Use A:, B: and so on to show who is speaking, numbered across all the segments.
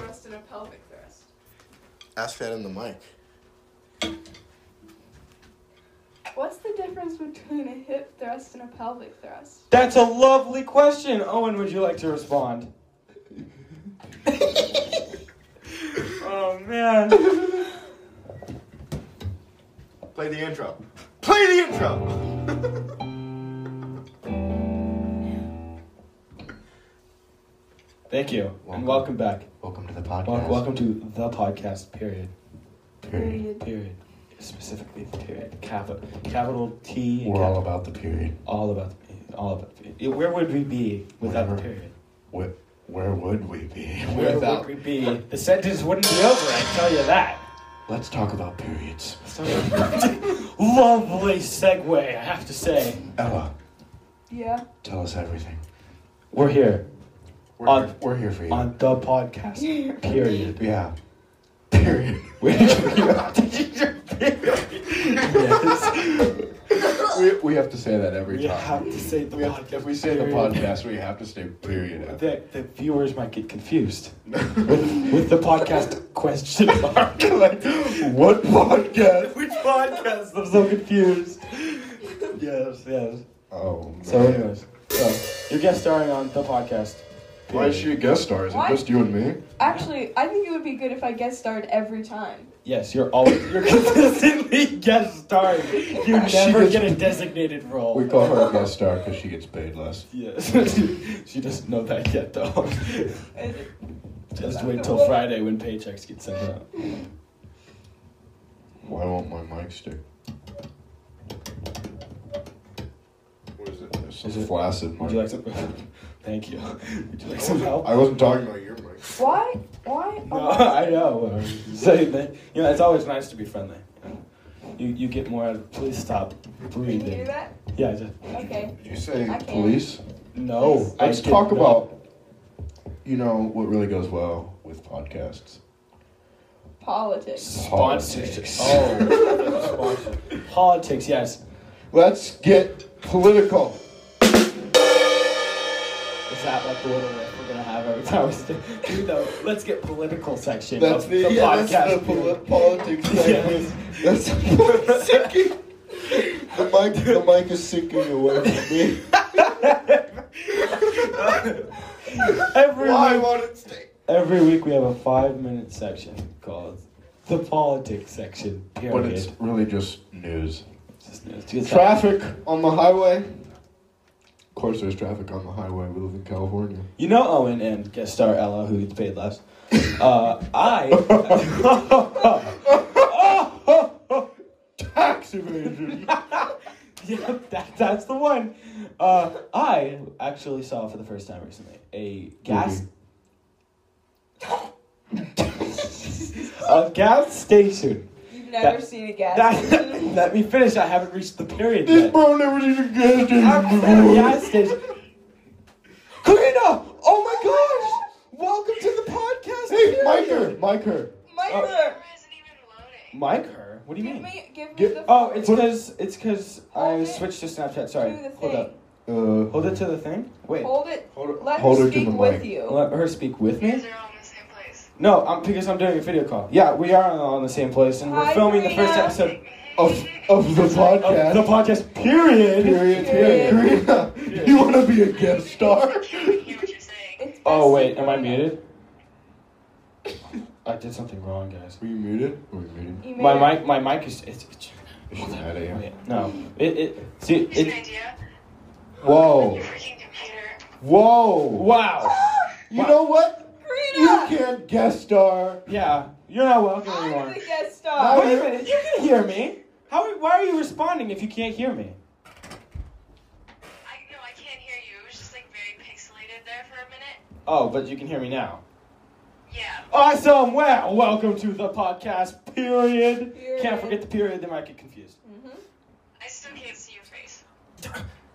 A: and a pelvic thrust.
B: Ask that in the mic.
A: What's the difference between a hip thrust and a pelvic thrust?
C: That's a lovely question. Owen, would you like to respond? oh man.
B: Play the intro. Play the intro.
C: Thank you.
B: Welcome.
C: And welcome back.
B: welcome to the
C: Wel-
B: podcast.
C: Welcome to the podcast, period.
B: Period.
C: Period. Specifically, period. Capital, capital T. and
B: We're all
C: cap-
B: about the period.
C: all about the, all about the, Where would we be without the
B: Whatever.
C: period?
B: Where, where would we be
C: Where would we be? The sentence wouldn't be over, I tell you that.
B: Let's talk about periods.
C: So- lovely segue, I have to say.
B: Ella,
A: Yeah.
B: tell us everything.
C: We're here
B: We're,
C: On-
B: here, we're here for you.
C: on the podcast, period.
B: yeah. Period.
C: Where did you did you- Yes.
B: we, we have to say that every
C: We
B: time.
C: have to say the
B: We have-
C: podcast.
B: if we say the
C: period.
B: podcast, we have to say period. after.
C: the, the viewers might get confused with, with the podcast question mark. like,
B: what podcast?
C: which podcast? I'm so confused. Yes, yes.
B: Oh, man.
C: So, anyways, so you're guest starring on the podcast.
B: Why is she a guest star? Is it
A: Why-
B: just you and me?
A: Actually, I think it would be good if I guest starred every time.
C: Yes, you're always you're consistently guest starring. You
B: She
C: never
B: gets-
C: get a designated role.
B: We call her a guest star because she gets paid less.
C: Yes, she doesn't know that yet though.
A: Is it-
C: Just wait till Friday when paychecks get sent out.
B: Why won't my mic stick? What is it? This
C: Is
B: is
C: it-
B: flaccid
C: Would
B: mic.
C: you like some? Thank you. Would you like some help?
B: I wasn't talking about your mic.
A: Why? Why?
C: No,
A: are-
C: I know. So, that- you know, it's always nice to be friendly. you know. You you get more out of. Please stop
A: Can you do
C: breathing.
A: that?
C: Yeah, I just
A: Okay.
B: You say
A: I can't.
B: police?
C: no. I
B: Let's
C: did
B: talk
C: not.
B: about, you know, what really goes well with podcasts.
A: Politics.
C: sponsorship.
B: Politics.
C: Oh, sponsorship. politics. Yes.
B: Let's get political.
C: Is that like the little bit we're gonna have every time we st- do the let's get political section
B: That's
C: of
B: the,
C: the
B: yeah,
C: podcast?
B: that's the poli- politics segment. That's sinking. The mic, the mic is sinking away from me.
C: every week,
B: won't it stay?
C: every week we have a five minute section called the politics section. Period.
B: But it's really just news.
C: Just- it's just-
B: Traffic on the highway. Of course, there's traffic on the highway. We live in California.
C: You know Owen and guest star Ella, who gets paid less. Uh, I.
B: Tax evasion.
C: yeah, that, that's the one. Uh, I actually saw for the first time recently a gas a gas station.
A: You've never
C: That-
A: seen a gas
C: That,
A: station.
C: let me finish. I haven't reached the period
B: this
C: yet.
B: bro never seen a gas
C: I'm
B: station
C: at a
B: before.
C: gas station. Karina! Oh my gosh! Welcome to the podcast.
B: Hey, Mike her,
C: period.
B: Mike her.
A: Micah,
C: Mike her? Oh. What do you
A: give
C: mean?
A: me, give me
B: Get-
A: the.
C: Oh, it's because it's because
A: Hold
C: I
A: it
C: switched to Snapchat. Sorry.
A: to the
C: Hold
A: thing.
C: up.
B: Uh,
C: Hold it to the thing. Wait.
A: Hold it.
B: Hold it-
A: Let
B: hold
A: me
B: it to
A: speak
B: the
A: with
B: mic.
A: you.
C: Let her speak with
D: You
C: me.
D: guys are all in the same place.
C: No, I'm because I'm doing a video call. Yeah, we are all in the same place, and we're
A: Hi,
C: filming the first
A: Karina.
C: episode
B: of of the
C: of
B: podcast.
C: the podcast. Period.
B: Period.
A: Period.
B: Period. Karina, you want to be a guest star?
D: I can't hear what you're saying.
A: It's
C: Oh
A: best
C: wait,
A: to
C: am I
A: go-
C: muted? I did something wrong, guys.
B: Were you muted? Were you muted?
A: You
C: My
A: made it.
C: mic, my mic is. It's, it's
B: Is she mad at you?
C: wait, no, it, it. See,
D: Here's an
C: it.
D: idea.
B: Whoa. Oh.
D: Your freaking computer.
B: Whoa.
C: Wow.
B: You know what? You
A: Karina!
B: can't guest star.
C: Yeah, you're not welcome
A: I'm
C: anymore. Ah,
A: the guest
B: Now
A: star.
C: Wait a minute, you can hear me. How? Why are you responding if you can't hear me?
D: I no, I can't hear you. It was just like very pixelated there for a minute.
C: Oh, but you can hear me now.
D: Yeah.
C: Awesome! Well, welcome to the podcast. Period. Can't
A: Period.
C: forget the period. They might get confused.
A: Mm-hmm.
D: I still can't see your face.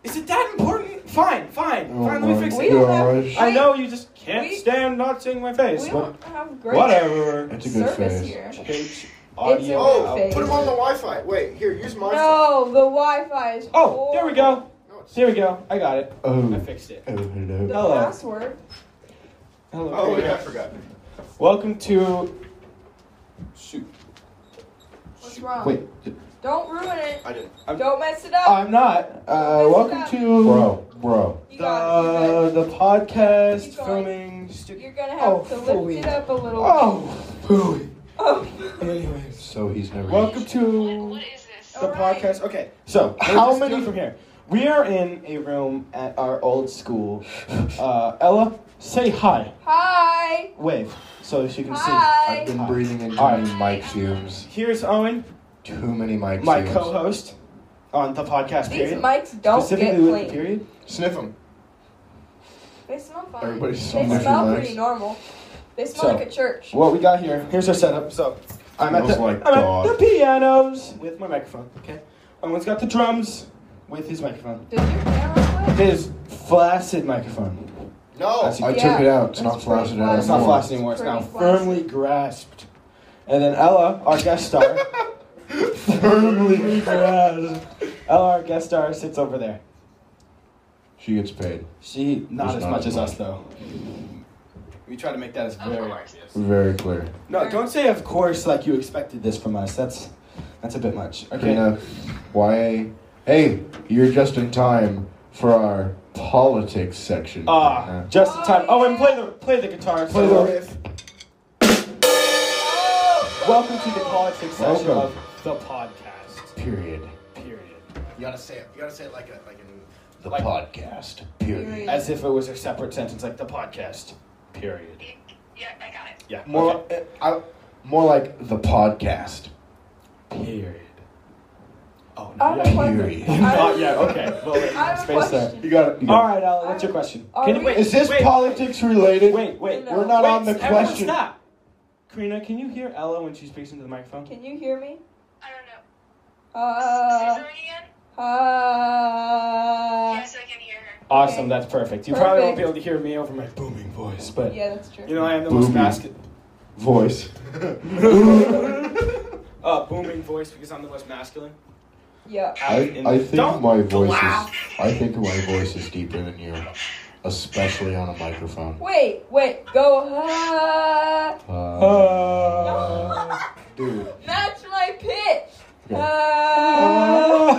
C: Is it that important? Fine, fine,
B: Oh
C: fine. Let me
B: my
C: fix
A: We
C: it.
A: don't have-
B: gosh.
C: I know you just can't
A: We-
C: stand not seeing my face.
A: We
C: but
A: don't have great
C: whatever.
B: It's a good
A: service
B: face.
A: here.
C: Page
A: It's a
C: audio.
A: good
C: out.
A: face.
B: Oh, put him on the Wi-Fi. Wait, here, use my phone.
A: No, the Wi-Fi is.
C: Oh, there we go.
B: No, it's-
C: There we go. I got it. I
B: Oh.
C: fixed it.
B: Oh, hello.
A: The
C: Hello.
A: password.
C: Hello.
B: Oh,
C: Karina.
B: yeah, I forgot.
C: Welcome to.
E: Shoot.
A: What's wrong?
C: Wait,
A: Don't ruin it.
E: I didn't.
C: I'm-
A: Don't mess it up.
C: I'm not. Uh, welcome to
B: Bro, bro.
A: you got
C: the the podcast
A: Keep going.
C: filming.
A: it.
C: Stu-
A: You're gonna have
C: Oh,
A: to lift
C: fully.
A: it up a little.
C: oh,
B: Booey.
A: Oh.
B: Anyway, so he's never.
C: welcome
D: What,
C: to
D: what is this?
C: the
A: Alright.
C: podcast. Okay, so how many from here? We are in a room at our old school. Uh, Ella, say hi.
A: Hi.
C: Wave so she can
A: Hi.
B: I've been
C: Hi.
B: breathing in too
C: Alright.
B: many mic fumes.
C: see. Here's Owen,
B: Too many mic
C: my
B: fumes.
C: co-host on the podcast.
A: These
C: Period.
A: mics don't get
C: Specifically with the
A: clean.
C: period.
B: Sniff him.
A: They smell fine.
B: Everybody's so
A: they
B: much
A: smell
B: relaxed.
A: pretty normal. They smell
C: So-
A: like a church.
C: What we got here? Here's our setup. So I'm at
B: Smells
C: the
B: like
C: I'm
B: dog.
C: at the pianos with my microphone. Okay. Owen's got the drums with his microphone.
A: Did your camera flip?
C: His flaccid microphone.
E: No.
B: I
A: Yeah.
B: took it out. It's
A: That's
B: not flaccid
A: pretty
B: at all.
C: It's not
A: Wow.
C: flaccid anymore. It's now
A: Pretty flaccid.
C: firmly grasped. And then Ella, our guest star, firmly grasped. Ella, our guest star, sits over there.
B: She gets paid.
C: She not
B: There's
C: as
B: not
C: much
B: as
C: as
B: much.
C: us though. We try to make that as
D: Of
C: very
D: course.
B: Very clear.
C: no. Don't say of course like you expected this from us. That's that's a bit much. Okay.
B: Karina, why? Hey, you're just in time for our politics section.
C: Ah,
B: Uh,
C: just in time. Oh, and play the play the guitar.
B: Play the
C: solo.
B: riff.
C: Welcome to the politics section
B: Welcome.
C: of the podcast.
B: period.
C: Period.
E: You gotta say it. You gotta say it like a like a.
B: The
C: Like-
B: podcast. Period.
A: Period.
C: As if it was a separate sentence, like the podcast. Period.
D: Yeah, I got it.
C: Yeah.
B: More,
C: okay.
B: like, I, more like the podcast.
C: Period. Oh
A: I
C: no.
A: have a
C: Yeah.
A: question.
B: Period.
A: I
C: Not
A: have-
C: yet. Okay. Well, wait,
A: I have a
C: space there.
A: question.
B: You got it. You
C: All
B: got
C: right, Alan. What's your question?
A: Are
C: Can
A: we-
C: wait?
B: it. Is this
C: wait,
B: politics related?
C: Wait, wait.
A: No.
B: We're not
C: Wait,
B: on the
C: everyone
B: question.
C: Stop. Karina, can you hear Ella when she speaks into the microphone?
A: Can you hear me?
D: I don't know. Is
A: Uh,
D: there again?
A: uh,
D: yes, I can hear her.
C: Awesome.
A: Okay.
C: That's perfect. You probably won't be
A: Perfect.
C: able to hear me over my booming voice, but
A: yeah, that's true.
C: you know I am the most
B: Booming.
C: masculine.
B: Voice.
C: uh, booming voice because I'm the most masculine.
A: Yeah.
B: I, I think
C: Don't
B: my voice
C: laugh.
B: is. I think my voice is deeper than you, especially on a microphone.
A: Wait, wait, go. Uh,
B: Uh, dude.
A: match my pitch.
B: Yeah.
A: Uh,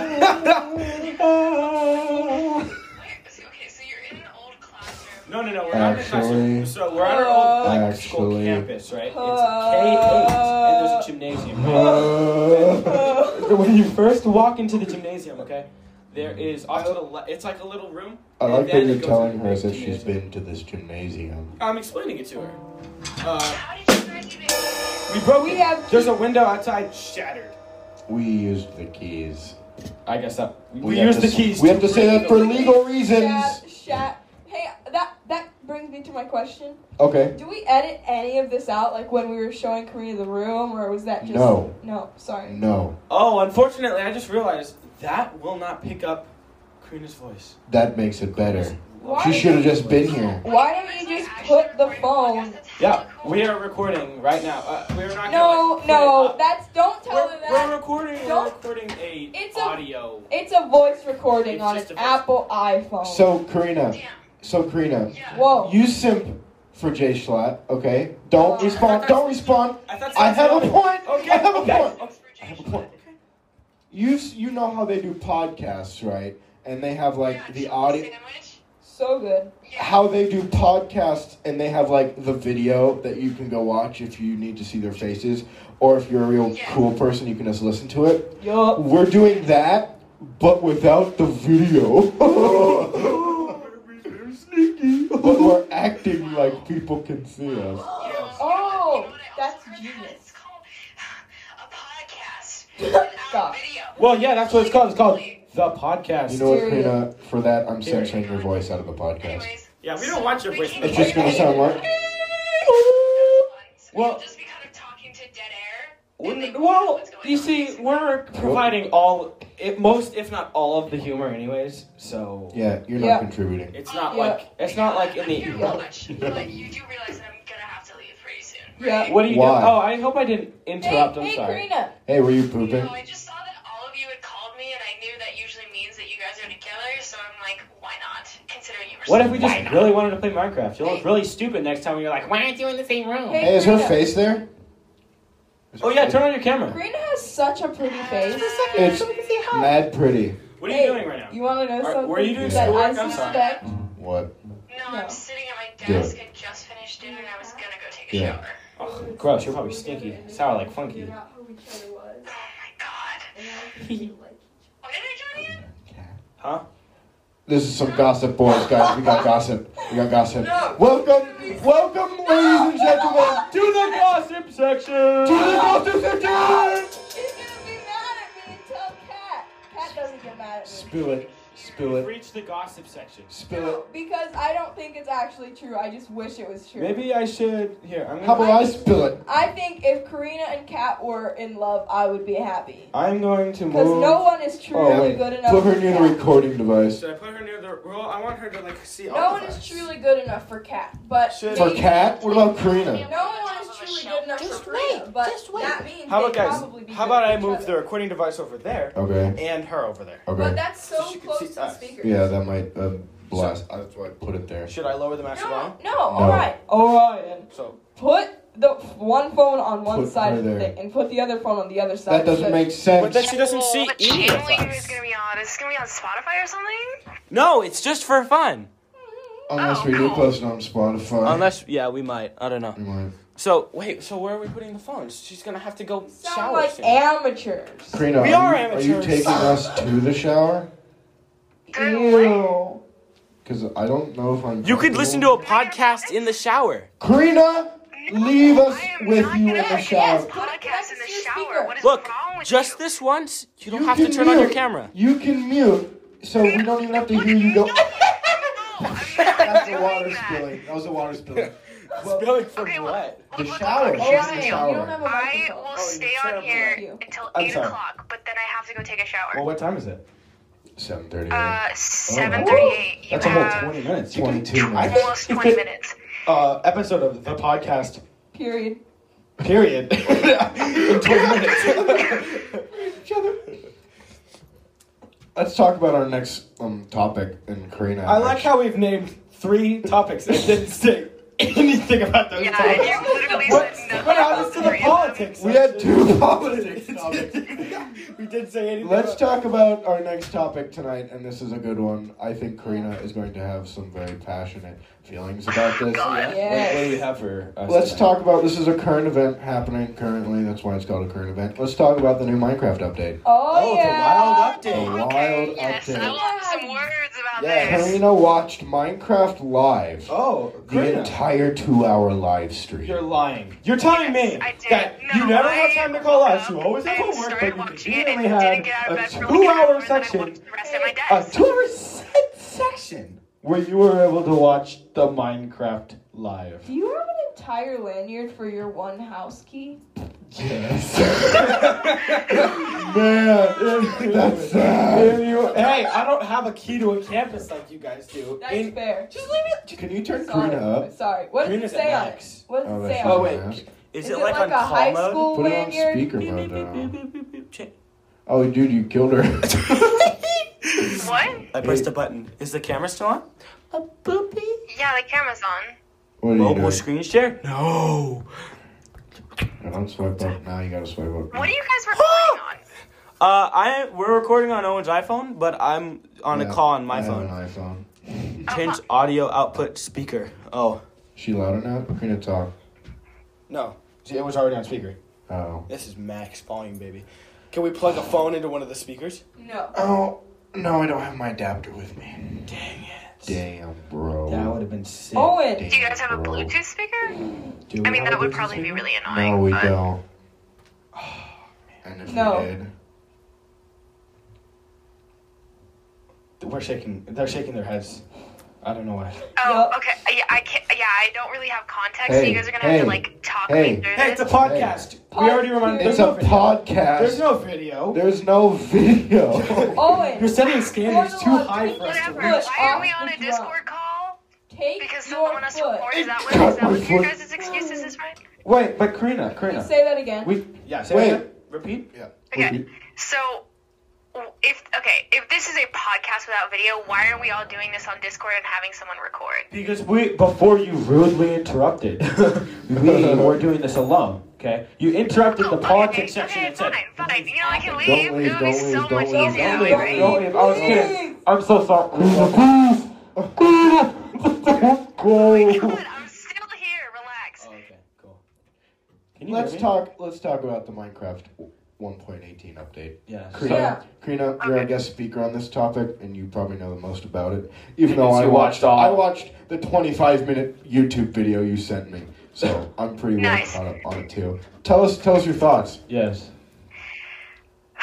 D: Wait, so- okay, so you're in an old classroom.
C: no, no, no. We're not in a classroom.
B: Actually-
C: So we're on our old like, school
B: Actually-
C: campus, right? It's
A: Uh,
C: K eight, and there's a gymnasium. Right?
A: Uh,
C: when you first walk into the gymnasium, okay, there is off to the le- It's like a little room.
B: I
C: and
B: like
C: then
B: that you're
C: it goes
B: telling
C: into
B: her
C: the
B: as if
C: gymnasium.
B: she's been to this gymnasium.
C: I'm explaining it to her. Uh,
D: How did you guys even?
C: we broke.
A: We
C: it.
A: have-
C: There's a window outside shattered.
B: We used the keys.
C: I guess that we,
B: have
C: use
B: to
C: the
B: s-
C: keys.
B: We have to say
C: break
B: that for
C: the-
B: legal reasons.
A: Shat, shat. Hey, that that brings me to my question.
B: Okay.
A: Do we edit any of this out, like when we were showing Karina the room, or was that just
B: No.
A: No, sorry.
B: No,
C: Oh, unfortunately, I just realized that will not pick up Karina's voice.
B: that makes it better.
A: Why
B: She
A: did-
B: should have just been here.
A: Why don't you just put the
D: Oh,
A: phone?
C: Yeah, we are recording right now. Uh, we're not.
A: No,
C: gonna, like, put
A: no,
C: it up.
A: that's don't tell
C: We're,
A: her
C: we're
A: that.
C: recording. We're
A: Don't-
C: recording a
A: It's a-
C: audio.
A: It's a voice recording
C: It's
A: on
C: just
A: an
C: a voice-
A: Apple iPhone.
B: So Karina,
D: Damn.
B: so Karina,
D: Yeah.
A: Whoa.
C: Oh.
B: you simp for J Schlatt, okay? Don't
A: Uh,
B: respond. Don't respond.
C: I, thought
B: I have a point.
C: Okay,
B: I have a
C: okay.
B: point.
D: Thanks for
B: I have a
D: Jason.
B: point. You s- you know how they do podcasts, right? And they have
D: Yeah,
B: like the
D: chicken
B: audio.
D: sandwich?
A: so good.
D: Yeah.
B: How they do podcasts, and they have like the video that you can go watch if you need to see their faces, or if you're a real
D: Yeah.
B: cool person, you can just listen to it.
A: Yup.
B: We're doing that, but without the video. but we're acting like people can see us.
D: You know- you know what-
A: Oh,
D: you know what I also
A: that's
D: heard?
A: genius.
D: It's called a podcast without
A: Stop.
D: video.
C: Well, yeah, that's what it's called. It's called the podcast.
B: You know what,
A: Period.
B: Karina? For that, I'm
C: Period.
B: censoring your voice out of the podcast.
D: Anyways,
C: yeah, we don't want your voice.
B: It's just gonna sound like.
D: well,
C: Well-
D: just be kind of talking to dead air. and they
C: Wouldn't-
D: won't know
C: Well,
D: what's going
C: you
D: on.
C: see, we're providing all, if most if not all of the humor, anyways. So
B: Yeah, you're not
A: Yeah.
B: contributing.
C: it's not
A: Yeah.
C: like it's not like in
D: You
C: the.
D: know much, but you do realize that I'm gonna have to leave pretty soon.
A: Yeah.
C: What do you
B: Why?
C: do? Oh, I hope I didn't
A: Hey,
C: interrupt. I'm
A: hey,
C: sorry.
A: Karina.
B: Hey, were you
D: You
B: pooping?
D: know, I just saw that all of you had called me, and I knew that usually means that you guys are together. So I'm like, why not? Considering you
C: What if we
F: Why
C: just
F: not?
C: really wanted to play Minecraft? You'll look really stupid next time when you're like, why aren't you in the same room?
A: Hey,
B: Hey, is her
A: Karina.
B: face there?
C: Oh yeah, turn on your camera.
A: Karina has such a pretty face.
B: It's mad pretty.
C: What are
A: Hey,
C: you doing right now?
A: You want to know
C: Are-
A: something
C: were you doing
A: that
C: schoolwork?
A: I
C: I'm sorry.
A: suspect?
E: What?
D: No,
A: No.
D: I'm sitting at my
E: Do it.
D: desk. I just finished dinner and I was gonna go take a
E: Yeah.
D: shower.
C: Ugh, gross. You're probably stinky, sour like funky.
D: Oh my god. What did I join in?
B: This is some gossip, boys, guys. We got gossip. We got gossip. Welcome, welcome, ladies and gentlemen,
C: To the gossip section.
B: to the gossip section.
A: She's gonna be mad at me and tell Kat. Cat doesn't get mad at me.
B: Spill it, spill
C: We've
B: it,
C: reached the gossip section.
B: spill it.
A: Because I don't think it's actually true. I just wish it was true.
C: Maybe I should. Here, I'm
B: How
C: gonna.
B: about I spill it?
A: I think if Karina and Kat were in love, I would be happy.
C: I'm going to
A: Because
C: move. Oh,
A: no one is truly
B: Oh, wait.
A: good enough.
B: Put her
A: for
B: near the
A: Kat.
B: recording device.
C: Should I put her near the? Well, I want her to like see.
A: No one is truly good enough for Kat, but
C: Should-
B: For
A: they-
B: Cat? What about Karina?
A: No one is truly good enough
D: Just
A: for Karina, but that means
C: How about
A: they'd
C: guys?
A: probably be
C: How
A: good
C: about
A: for
C: I
A: each
C: move the
A: other.
C: recording device over there
B: Okay,
C: and her over there?
A: But
B: okay.
A: that's so
C: So she could
A: close
C: see
A: to the
C: us.
A: speaker.
B: Yeah, that might uh, blast. That's why I put it there.
C: Should I lower the master volume?
A: No, no, alright. Orion.
C: So
A: Put the one phone on one
B: Put
A: side
B: her
A: of the
B: there.
A: thing and put the other phone on the other side.
B: That
A: because-
B: doesn't make
C: But
B: sense.
C: that's- She doesn't see E.
D: What
C: either of
D: channeling
C: us.
D: is gonna be on? Is it gonna be on Spotify or something?
C: no, it's just for fun.
B: Unless we do post it on Spotify.
C: Unless yeah, we might. I don't know.
B: We might.
C: So wait, so where are we putting the phones? She's gonna have to go
A: Sound
C: shower
A: like
C: soon.
A: amateurs.
B: Karina,
C: We
B: are,
C: are
B: you, are you
C: amateurs.
B: taking us to the shower?
A: Ew.
B: Because I don't know if I'm.
C: you could listen to a podcast in the shower.
B: Karina, leave us
D: I am
B: with
D: not
B: you in
D: gonna
B: the
D: listen to
B: shower.
D: this Podcast in the
A: Yes,
D: shower. What is
C: Look,
D: wrong with
C: just
D: you?
C: this once. You don't
B: You
C: have to
B: can
C: turn on your
B: mute.
C: camera.
B: You can mute, so we don't even have to hear you go.
D: No, I'm not
B: That's the
D: doing
B: water
D: that.
B: spilling. That was the water spilling.
C: Spilling from
D: Okay, well-
C: what?
D: Look,
B: The
D: look, look,
A: Oh,
B: shower.
D: look,
B: She's
D: here's
B: in
D: the
B: the
D: deal.
A: You don't
B: shower.
A: have a
D: I
A: microphone.
D: will
C: you're
D: stay on
C: terrible
A: at
D: here
A: you.
D: until
C: I'm
D: 8
C: sorry.
D: o'clock, but then I have to go take a
C: Well,
B: Oh,
D: shower.
C: what time is it?
B: Seven thirty.
D: Uh,
B: Oh,
D: 7.38. You
C: That's a whole
D: have
C: 20 minutes. You can-
B: Twenty-two
C: I
B: minutes.
C: think
D: almost
C: you
D: 20
C: could-
D: minutes.
C: Uh, episode of the podcast.
A: Period.
C: Period. In 20 minutes.
B: Let's talk about our next um topic in Karina.
C: I like how we've named three topics and didn't say anything about those
D: Yeah, and
C: topics.
D: you literally
C: What,
D: said nothing.
C: what happens to the
D: about three of them.
C: politics?
B: we had
C: section?
B: two politics topics.
C: we didn't say anything.
B: Let's
C: about-
B: talk about our next topic tonight, and this is a good one. I think Karina is going to have some very passionate feelings about this.
D: God.
A: Yes.
C: do we have for us
B: Let's
C: tonight?
B: talk about this is a current event happening currently. That's why it's called a current event. Let's talk about the new Minecraft update.
A: Oh,
C: Oh, it's a
A: yeah.
C: wild update.
B: Wild
D: Okay, yes, I
B: update.
D: want some words about
C: Yeah.
D: this.
B: Karina watched Minecraft live.
C: Oh,
B: The
C: Karina,
B: entire two-hour live stream.
C: you're lying. You're telling me
D: I did.
C: that you
D: No,
C: never
D: I
C: have time to call us.
D: woke
C: You always have
D: up and
C: homework,
D: started
C: but you
D: watching it and
C: conveniently
D: didn't
C: had
D: get out of
C: a
D: bed for like an hour,
C: two-hour
D: and then I
C: section,
D: watched the rest at my
C: a
D: desk.
C: two-hour se- section where you were able to watch the Minecraft live.
A: Do you have an entire lanyard for your one house key?
B: Man, that's sad.
C: If you- hey, I don't have a key to a campus like you guys do.
A: That's
C: In-
A: fair.
C: just leave it.
B: Can you turn
A: Sorry.
B: Karina up?
A: Sorry. What does
C: Karina's
A: it say
C: at
A: on it?
C: max.
A: What does
B: Oh,
A: it
B: that's
A: say
B: not
A: on
C: Oh,
A: it?
C: wait.
B: bad.
C: Is,
A: it like a high
C: mode?
A: school
B: Put it on
A: lanyard?
B: speaker
C: Beep,
B: mode.
C: beep, beep, beep,
B: now.
C: beep, beep, beep, check.
B: Oh, dude, you killed her.
D: What?
C: I pressed a button. Is the camera still on? A boopy.
D: Yeah, the camera's on.
B: What are you
C: Mobile
B: doing?
C: screen share? No.
B: I don't swipe up. Now you gotta swipe up.
D: What are you guys recording on?
C: Uh, I we're recording on Owen's iPhone, but I'm on a
B: Yeah,
C: call on
B: I
C: my phone.
B: Have an iPhone.
D: Uh-huh.
C: Change audio output speaker. Oh
B: She loud enough? Karina talk.
C: no, See, it was already on speaker.
B: Oh.
C: This is max volume, baby. Can we plug a phone into one of the speakers?
A: No.
B: Oh no, I don't have my adapter with me.
C: Dang it.
B: Damn, bro.
C: have been sick.
A: Owen.
B: Damn,
D: Do you guys have a
B: bro.
D: Bluetooth speaker?
C: Do we
D: I mean,
C: have a
D: that would
C: Bluetooth
D: probably be
C: speaker?
D: really annoying.
B: No, we
D: but-
B: don't.
C: Oh,
B: And if
A: No.
B: we did,
C: We're shaking. They're shaking their heads. I don't know why.
D: Oh,
A: Yup.
D: okay. Yeah, I can't. Yeah, I don't really have context. so
B: Hey,
D: you guys are gonna have
B: hey,
D: to like talk
B: hey.
D: me through
C: Hey,
D: this.
C: it's a podcast.
A: Pod-
C: we already reminded.
B: it's
C: there's
B: a
C: no video. There's
B: podcast.
C: no video.
B: There's no video.
C: You're
A: Owen.
C: setting standards too high for us to
D: Whatever.
C: reach.
A: Look,
D: Why are we
A: off
D: on
A: the
D: a
A: drop.
D: Discord call?
A: Take
D: Because someone
A: your
D: wants to
A: foot.
D: record. Is that what,
B: Cut
D: is that
B: my
D: what your
B: foot.
D: guys' excuses is, right?
C: Wait, but
A: Can
C: Karina,
A: you
C: Karina,
A: say that again?
C: we yeah. Say
B: Wait.
C: Wait, repeat.
B: yeah.
D: Okay. So if okay, if this is a podcast without video, why are we all doing this on Discord and having someone record?
C: Because we before you rudely interrupted, we were doing this alone. Okay, you interrupted the politics section
D: Oh, okay,
C: and said,
D: fine, fine. You know, I can leave.
E: leave,
D: it would
E: don't
D: be
E: leave,
D: so
E: don't
D: much
E: leave,
D: easier
E: don't
D: that
E: leave.
D: way, right?
C: "No, I was kidding. I'm so sorry."
D: Come on, I'm still here. Relax.
C: okay, cool. Can you
B: Let's
C: hear me?
B: talk. Let's talk about the Minecraft 1.18 update.
C: Yeah.
B: Karina,
F: Yeah.
B: Karina, you're our guest speaker on this topic, and you probably know the most about it. Even though
C: Because
B: I
C: you watched
B: watched,
C: all-
B: I watched the 25 minute YouTube video you sent me, so I'm pretty well
D: Nice.
B: caught up on it too. Tell us, tell us your thoughts.
C: Yes.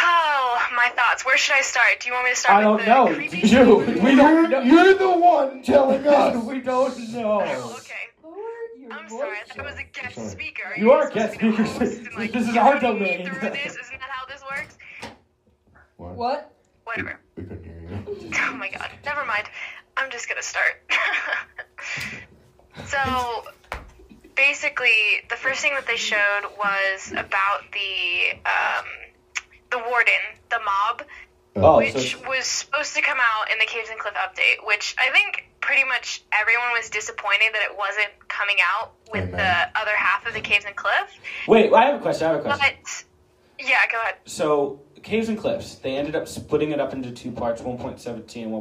D: Oh, my thoughts. Where should I start? Do you want me to start
C: I don't
D: with the
C: know.
D: creepy?
C: Dude, we don't know.
B: You're the one telling us.
C: we don't
D: Oh,
C: know.
D: okay.
A: Lower your
D: I'm
A: voice.
D: sorry. I thought I was a guest
B: Sorry.
D: speaker.
C: You
D: You're
C: are a guest
D: supposed to be the
C: speaker.
D: host and, like,
C: This is
D: you're
C: our
D: leading me
C: domain.
D: Through this isn't that how this works?
F: What?
D: Whatever.
B: We couldn't hear you.
D: Oh my god. Never mind. I'm just gonna start. so basically, the first thing that they showed was about the um, the warden, the mob,
C: Oh,
D: which
C: so
D: was supposed to come out in the Caves and Cliff update, which I think pretty much everyone was disappointed that it wasn't coming out with
B: Amen.
D: the other half of the Caves and Cliff.
C: wait, I have a question. I have a question.
D: But yeah, go ahead.
C: So, Caves and Cliffs, they ended up splitting it up into two parts 1.17 and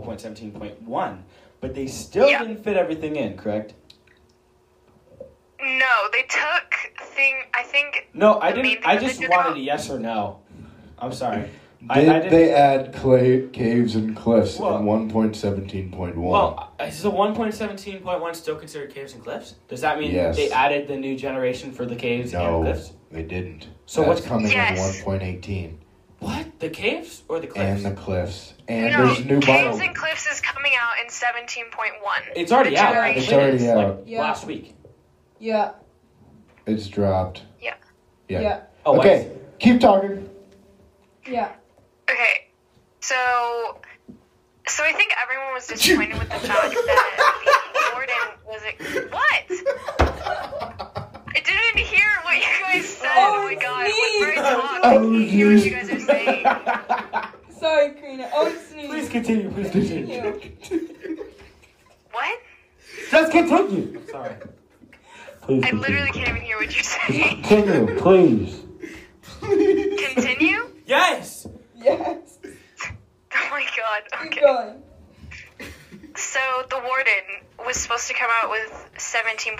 C: 1.17.1, but they still
D: Yeah.
C: didn't fit everything in, correct?
D: No, they took thing. I think
C: No, I
D: The main
C: didn't.
D: thing
C: I
D: that they
C: just
D: took
C: wanted
D: out.
C: a yes or no. I'm sorry. I,
B: Did
C: I didn't.
B: they add clay caves and cliffs
C: Well-
B: in 1.17.1?
C: well, uh, is the 1.17.1 still considered Caves and Cliffs? Does that mean
B: Yes.
C: they added the new generation for the caves and
B: no,
C: cliffs?
B: they didn't.
C: So
B: That's
C: what's-
B: coming
D: Yes.
B: in 1.18
C: What? The caves or the cliffs?
B: and the cliffs and
D: no,
B: there's new
D: Caves
B: biomes.
D: and Cliffs is coming out in 17.1.
C: it's already
D: the
C: out.
D: generation.
B: It's already
C: like,
B: out.
F: Yeah.
C: Last week.
F: Yeah.
B: It's dropped.
D: Yeah.
B: Yeah.
F: Yeah.
C: Oh, wait.
B: okay, keep talking.
F: Yeah.
D: Okay, so so I think everyone was disappointed with the fact that Gordon was it. What? I didn't hear what you guys said. Oh,
F: Oh,
D: my
F: it's
D: god,
F: me.
D: what very talk.
B: Oh,
D: I can't hear what you guys are saying.
F: Sorry, Karina. Oh, it's me.
C: Please continue. Please continue.
F: Continue.
D: What?
C: Just continue. Sorry. Please
D: I
C: continue.
D: literally can't even hear what you're saying.
C: Continue, please.
D: Continue?
C: Yes.
F: Yes.
D: Oh my god.
F: Keep
D: Okay.
F: going.
D: So the warden was supposed to come out with 17.1,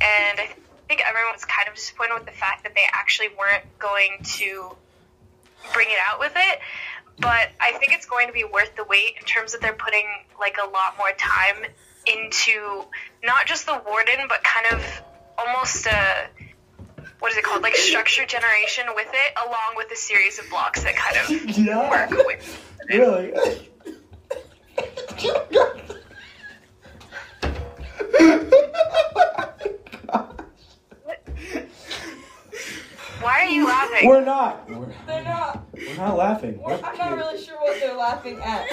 D: and I think everyone was kind of disappointed with the fact that they actually weren't going to bring it out with it. But I think it's going to be worth the wait in terms of they're putting like a lot more time into not just the warden, but kind of almost a what is it called, like structure generation with it, along with a series of blocks that kind of
C: Yeah.
D: work with
C: Really.
D: Why are you laughing?
C: We're not. We're,
F: They're not.
C: we're not laughing.
F: We're,
C: We're,
F: I'm not really sure what they're laughing at.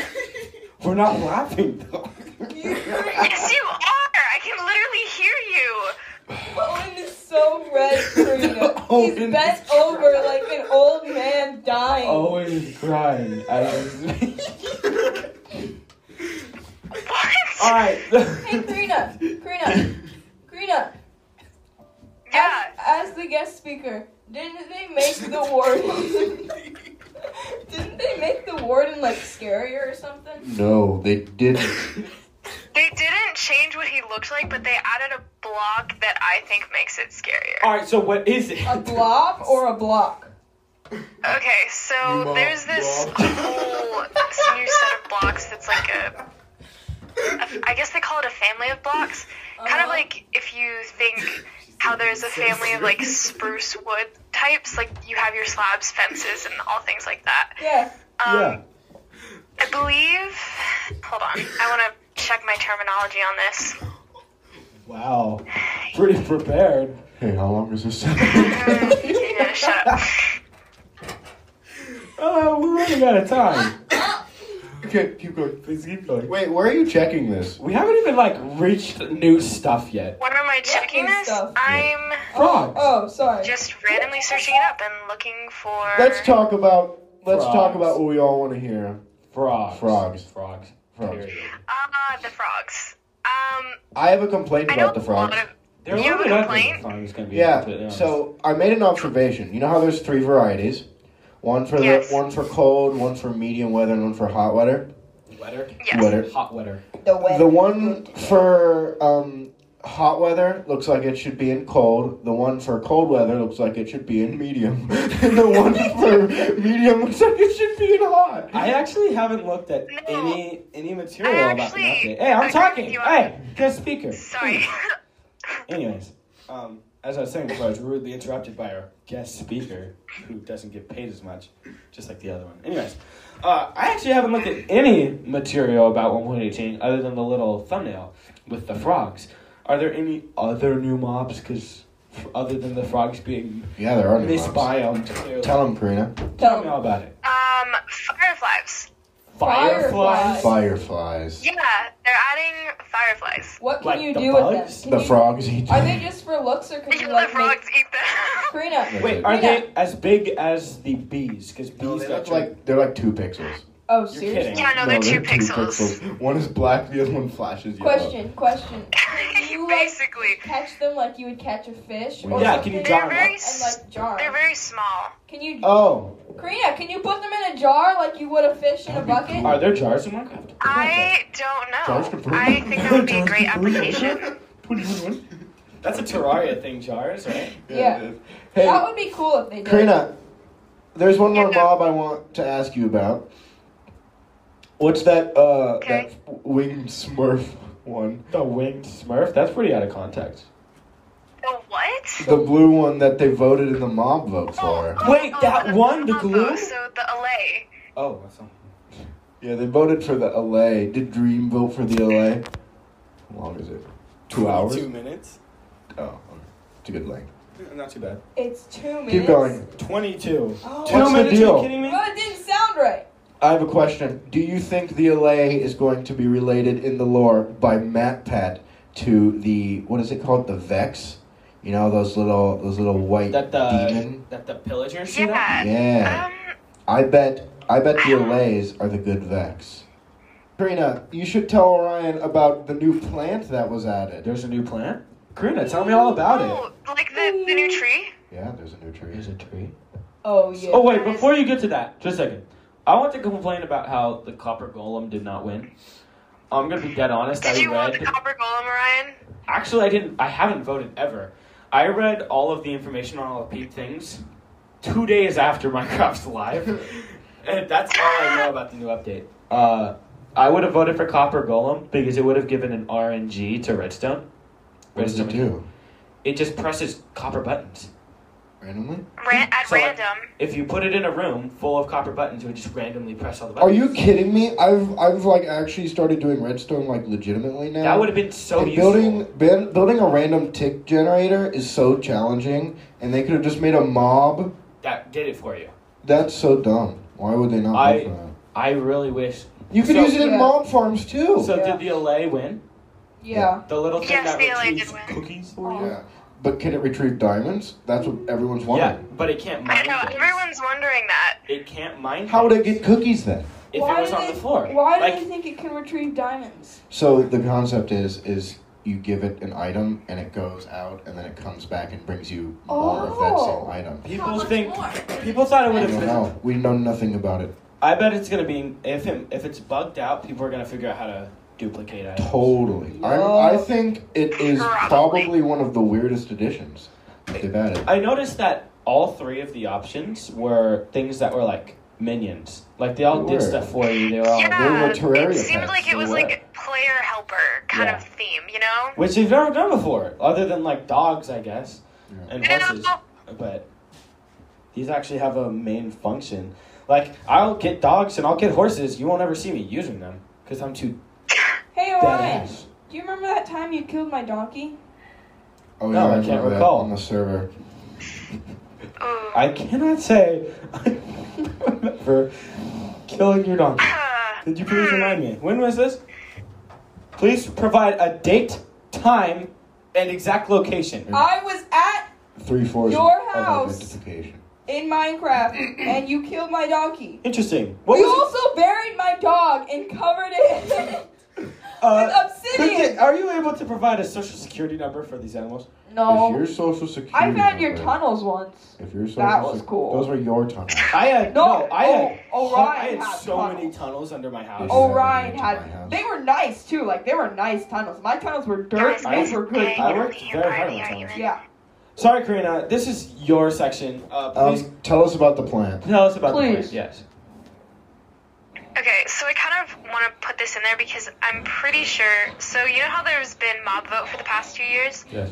C: we're not laughing though.
F: You,
D: Yes, you are. I can literally hear you.
F: Owen is so red, Karina. He's
C: Owen
F: bent over like an old man dying.
B: Oh.
C: Always crying. All
D: What?
C: right.
F: Hey, Karina. Karina. Karina.
D: yeah.
F: As, as the guest speaker, didn't they make the warden? didn't they make the warden like scarier or something?
B: No, they didn't.
D: They didn't change what he looked like, but they added a block that I think makes it scarier.
C: All right. So what is it?
F: A blob or a block?
D: Okay, so there's this whole this new set of blocks that's like a. a- I guess they call it a family of blocks. Kind of
F: Uh-huh.
D: like if you think how there's a family of like spruce wood types, like you have your slabs, fences, and all things like that.
F: Yeah.
D: Um,
C: Yeah.
D: I believe. Hold on. I want to check my terminology on this.
C: Wow. Pretty prepared.
B: hey, how long is this?
D: Yeah, shut up.
C: Oh, we're running out of time.
B: okay, keep going.
C: Please keep going.
B: Wait, where are you checking this?
C: We haven't even like reached new stuff yet.
D: When am I checking
F: new
D: this?
F: stuff.
D: I'm
C: Frogs.
F: Oh, sorry.
D: just randomly searching it up and looking for.
B: Let's talk about Let's talk
C: Frogs.
B: about what we all want to hear.
D: oh.
C: Frogs.
B: Frogs.
C: Frogs.
B: Frogs.
C: Period.
D: Ah, the frogs. Um,
B: I have a complaint
D: I know
B: about the
D: a
B: frogs.
D: lot of.
C: They're a
D: You
C: little
D: have a
C: bit ugly.
D: complaint?
C: Frogs gonna be a little
B: Yeah.
C: bit,
B: So I made an observation. You know how there's three varieties, one for
D: Yes.
B: the one for cold, one for medium weather, and one for hot weather.
C: wetter,
D: Yes.
B: Weather.
C: hot wetter.
F: The weather.
B: The one for um, hot weather looks like it should be in cold. The one for cold weather looks like it should be in medium. and the one for medium looks like it should be in hot.
C: I actually haven't looked at
D: Mm-hmm. No.
C: any any material
D: I
C: about the
D: actually
C: update. Hey, I'm
D: agree
C: talking.
D: with you.
C: Hey, guest speaker.
D: Sorry.
C: Anyways, um, as I was saying before, I was rudely interrupted by our guest speaker, who doesn't get paid as much, just like the other one. Anyways, uh, I actually haven't looked at any material about 1.18 other than the little thumbnail with the frogs. Are there any other new mobs? Because other than the frogs being
B: Yeah, there are new ones.
C: misbiomed, clearly.
B: Tell them, Karina.
C: Tell me all about it.
D: um, fireflies.
F: Fireflies.
B: Fireflies.
D: Yeah, they're adding fireflies.
F: What can
C: Like
F: you
C: the
F: do
C: bugs?
F: with them? Can
B: The
F: you-
B: frogs eat.
F: Are
B: them.
F: they just for looks or can
D: The
F: you like make
D: frogs eat them.
F: Karina?
C: Wait, are they as big as the bees? Because bees
B: No, they
C: got
B: look
C: your-
B: like they're like two pixels.
F: Oh,
C: You're
F: seriously.
C: kidding.
D: yeah, no, they're two pixels.
B: pixels. One is black, the other one flashes yellow.
F: Question, question. You like-
D: Basically,
F: Catch them like you would catch a fish or
C: Yeah, can
F: something
C: you
D: they're
C: jar 'em
D: very,
C: up?
F: and
D: s-
F: like jar.
D: they're very small.
F: Can you
B: Oh,
F: Karina, can you put them in a jar like you would a fish in a
B: That'd be
F: bucket?
C: Are there jars in Minecraft?
D: I
B: Josh
D: don't
B: could
D: know.
B: prove
D: I
B: it.
D: think that would be a great
B: Josh could prove it.
D: application.
C: That's a Terraria thing, jars, right?
F: Yeah.
B: it is.
F: That
B: Hey,
F: would be cool if they did.
B: Karina, there's one more
D: Yeah.
B: mob I want to ask you about. What's that? Uh,
D: Okay.
B: that winged Smurf one,
C: The winged Smurf. That's pretty out of context.
D: The what?
B: the blue one that they voted in the mob vote for.
D: Oh,
C: Wait, that one, the glue?
D: So the LA.
C: Oh, that's not.
B: Yeah, they voted for the LA. Did Dream vote for the LA? How long is it? Two hours.
C: Two minutes.
B: Oh, okay. it's a good length.
C: Eh, Not too bad.
F: It's two minutes.
B: Keep going.
C: Twenty-two.
F: Oh.
C: Two
B: What's the
C: minutes? Are
B: deal?
C: you kidding me?
F: Well, it didn't sound right.
B: I have a question. Do you think the LA is going to be related in the lore by MatPat to the what is it called? The Vex? You know those little those little white
C: That uh, the
B: demon.
C: that the pillagers shoot up.
D: Yeah.
B: Yeah.
D: Um,
B: I bet I bet the LAs are the good Vex. Karina, you should tell Orion about the new plant that was added.
C: There's a new plant. Karina, tell me all about it.
D: oh, like the, the new tree?
B: Yeah, there's a new tree.
C: There's a tree.
F: Oh yeah.
C: Oh wait, before you get to that, just a second. I want to complain about how the copper golem did not win. I'm gonna be dead honest.
D: Did
C: I
D: you want the
C: read.
D: copper golem, Orion?
C: Actually, I didn't. I haven't voted ever. I read all of the information on all the peep things two days after Minecraft's live, and that's all I know about the new update. Uh, I would have voted for Copper Golem because it would have given an RNG to Redstone.
B: What does it do?
C: It just presses copper buttons.
B: Randomly?
D: Ran- at
C: So, like-
D: random.
C: If you put it in a room full of copper buttons, it would just randomly press all the
B: Are
C: buttons.
B: you kidding me? I've I've like actually started doing redstone like legitimately now.
C: That would have been so
B: And
C: useful.
B: building ben, building a random tick generator is so challenging, and they could have just made a mob.
C: that did it for you.
B: That's so dumb. Why would they not?
C: I-
B: go for that?
C: I really wish.
B: You could
C: So-
B: use it in
F: Yeah.
B: mob farms too.
C: So
F: Yeah.
C: did the LA win?
F: Yeah.
C: The little thing
D: Yes,
C: that
D: the LA did
C: retrieves
D: win. Oh,
C: cookies for you.
B: yeah, but can it retrieve diamonds? That's what everyone's
C: Yeah,
B: wondering.
C: but it can't mine.
D: I know,
C: things.
D: everyone's wondering that.
C: It can't mine.
B: How would it
C: things
B: get cookies then?
C: if
F: Why
C: it was
F: do
C: on
F: they-
C: the floor?
F: Why do
C: like,
F: they think it can retrieve diamonds?
B: So the concept is is you give it an item and it goes out and then it comes back and brings you more of that
F: Oh.
B: same item.
C: people think people thought it
B: I
C: would
B: don't
C: have been.
B: know. We know nothing about it.
C: I bet it's gonna be if it, if it's bugged out, people are gonna figure out how to duplicate it.
B: Totally. I'm, I think it is probably one of the weirdest additions they've added.
C: I noticed that all three of the options were things that were like minions. Like they all
B: They were.
C: did stuff for you. They were all.
D: yeah,
B: they were Terraria
D: it seemed
B: pets,
D: like
B: they
D: it was
B: were.
D: like player helper kind
C: Yeah.
D: of theme, you know?
C: Which they've never done before, other than like dogs, I guess,
B: Yeah.
C: and
D: Yeah.
C: horses. But these actually have a main function. Like I'll get dogs and I'll get horses. You won't ever see me using them because I'm too
F: Hey
C: dead
F: Orion,
C: ass.
F: do you remember that time you killed my donkey?
B: Oh,
C: No, I can't
B: remember that
C: recall.
B: on the server.
D: Ooh.
C: I cannot say I remember killing your donkey.
D: Uh,
C: Did you please remind me? When was this? Please provide a date, time, and exact location.
F: I was at
B: Three fours
F: Your
B: of
F: house.
B: identification.
F: in Minecraft and you killed my donkey.
C: Interesting. What
F: you
C: was
F: also buried my dog and covered it
C: it? Uh,
F: with
C: quick thing,
F: obsidian.
C: are you able to provide a social security number for these animals?
B: If
F: No.
B: your social security.
F: I found your
B: number-
F: tunnels once.
B: If your social
F: That was
B: sec-
F: cool.
B: Those were your tunnels.
C: I had
F: No,
C: no. I had.
F: O-
C: hu-
F: Orion
C: I had
F: had
C: so
F: tunnels.
C: many tunnels under my house.
B: Oh,
F: Orion
B: Yeah, my
F: had.
B: house.
F: They were nice too. Like they were nice tunnels. My tunnels were
D: Guys,
F: dirt. Those
D: guys,
F: were good.
C: I
D: I
C: worked
D: am
C: very hard
D: hardly
C: on
D: arguing.
C: time.
F: Yeah.
C: Sorry, Karina. This is your section. Uh, please
B: Um, tell us about the plant.
C: tell us about the
F: please.
C: place. Yes.
D: Okay, so I kind of want to put this in there because I'm pretty sure. So you know how there's been mob vote for the past two years.
B: Yes.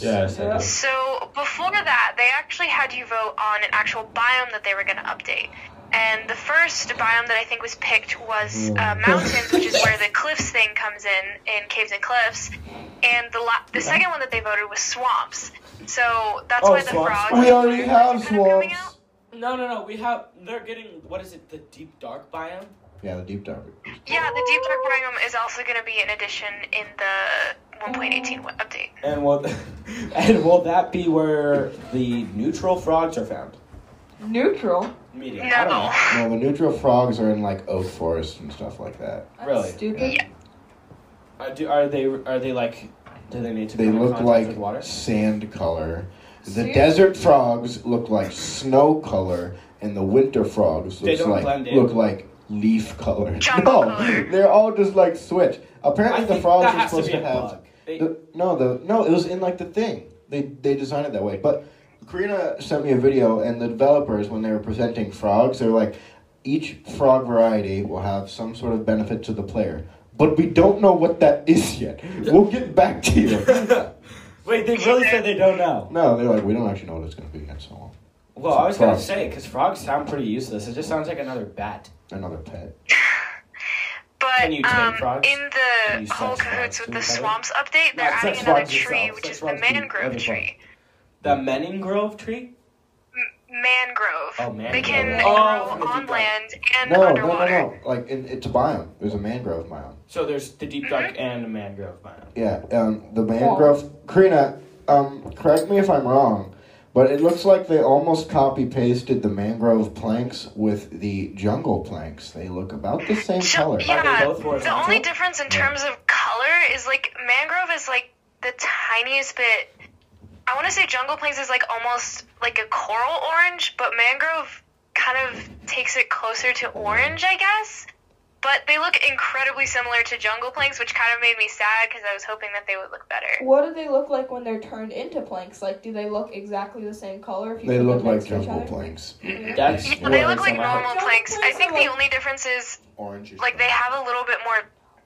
C: Yes.
F: Yeah.
D: So before that, they actually had you vote on an actual biome that they were going to update. And the first biome that I think was picked was uh, mountains, which is where the cliffs thing comes in in caves and cliffs. And the la- the second one that they voted was swamps. So that's
C: Oh,
D: why the
C: swamps.
D: frogs.
B: We already have
D: kind of coming out.
B: swamps.
C: No, no, no. We have. They're getting. What is it? The deep dark biome.
B: Yeah, the deep dive.
D: Yeah, the deep dark biome is also going to be an addition in the 1.18 web update.
C: And will, and will that be where the neutral frogs are found?
F: Neutral.
C: Medium. I don't
D: No.
C: know.
B: No, the neutral frogs are in like oak forests and stuff like that.
F: That's
C: Really?
F: Stupid.
C: Are, do, are they? Are they like? Do they need to?
B: They
C: come in
B: look
C: contact
B: like
C: with water.
B: sand color. The
F: Seriously?
B: desert frogs look like snow color, and the winter frogs
C: They
B: looks
C: don't
B: like
C: blend in.
B: look like leaf color.
D: Jungle
B: no,
D: color.
B: they're all just like switch. Apparently,
C: I
B: the
C: think
B: frogs
C: that
B: are
C: has
B: supposed
C: to,
B: to,
C: be a
B: have.
C: bug. They-
B: The, no, the no, it was in like the thing. They they designed it that way. But Karina sent me a video, and the developers, when they were presenting frogs, they're like, each frog variety will have some sort of benefit to the player. But we don't know what that is yet. We'll get back to you.
C: Wait, they really said they don't know.
B: No, they're like, we don't actually know what it's going to be yet, so I'll-
C: Well, I was gonna
B: Frogs.
C: say because frogs sound pretty useless. It just sounds like another bat.
B: another pet.
D: But
C: Can you take
D: um,
C: frogs?
D: in
C: Can you
D: the
C: sex
D: whole cahoots
C: frogs
D: with
C: too,
D: the
C: by the way?
D: swamps update, they're
C: Not
D: adding
C: sex
D: another
C: frogs
D: tree,
C: themselves,
D: which
C: sex
D: is the
C: frogs being
D: mangrove
C: other
D: tree.
C: The Meningrove tree.
D: M- mangrove.
C: Oh,
D: They can
C: mangrove. Oh, from the
D: grow on
C: deep dark.
D: land and
B: No, no, no,
D: underwater.
B: no. Like, it, it's a biome. There's a mangrove biome.
C: So there's the deep dark
D: Mm-hmm.
C: and the mangrove biome.
B: Yeah, um, the mangrove. Karina, um, correct me if I'm wrong, but it looks like they almost copy pasted the mangrove planks with the jungle planks. They look about the same
D: Ju-
B: color.
D: yeah,
C: both
D: the
C: horizontal?
D: only difference in terms of color is like mangrove is like the tiniest bit. I want to say jungle plains is like almost like a coral orange, but mangrove kind of takes it closer to orange, I guess. But they look incredibly similar to jungle planks, which kind of made me sad because I was hoping that they would look better.
F: What do they look like when they're turned into planks? Like, do they look exactly the same color? If you
B: They
F: put
B: look
F: them
B: like
F: next to each
B: jungle
F: other?
B: planks.
C: That's
D: Yeah,
C: what
D: they
C: I
D: look like
C: somehow-
D: normal
F: Jungle
D: planks. I
F: planks
D: think
F: are
D: the
F: like-
D: only difference is
B: Orange. is
D: like they have a little bit more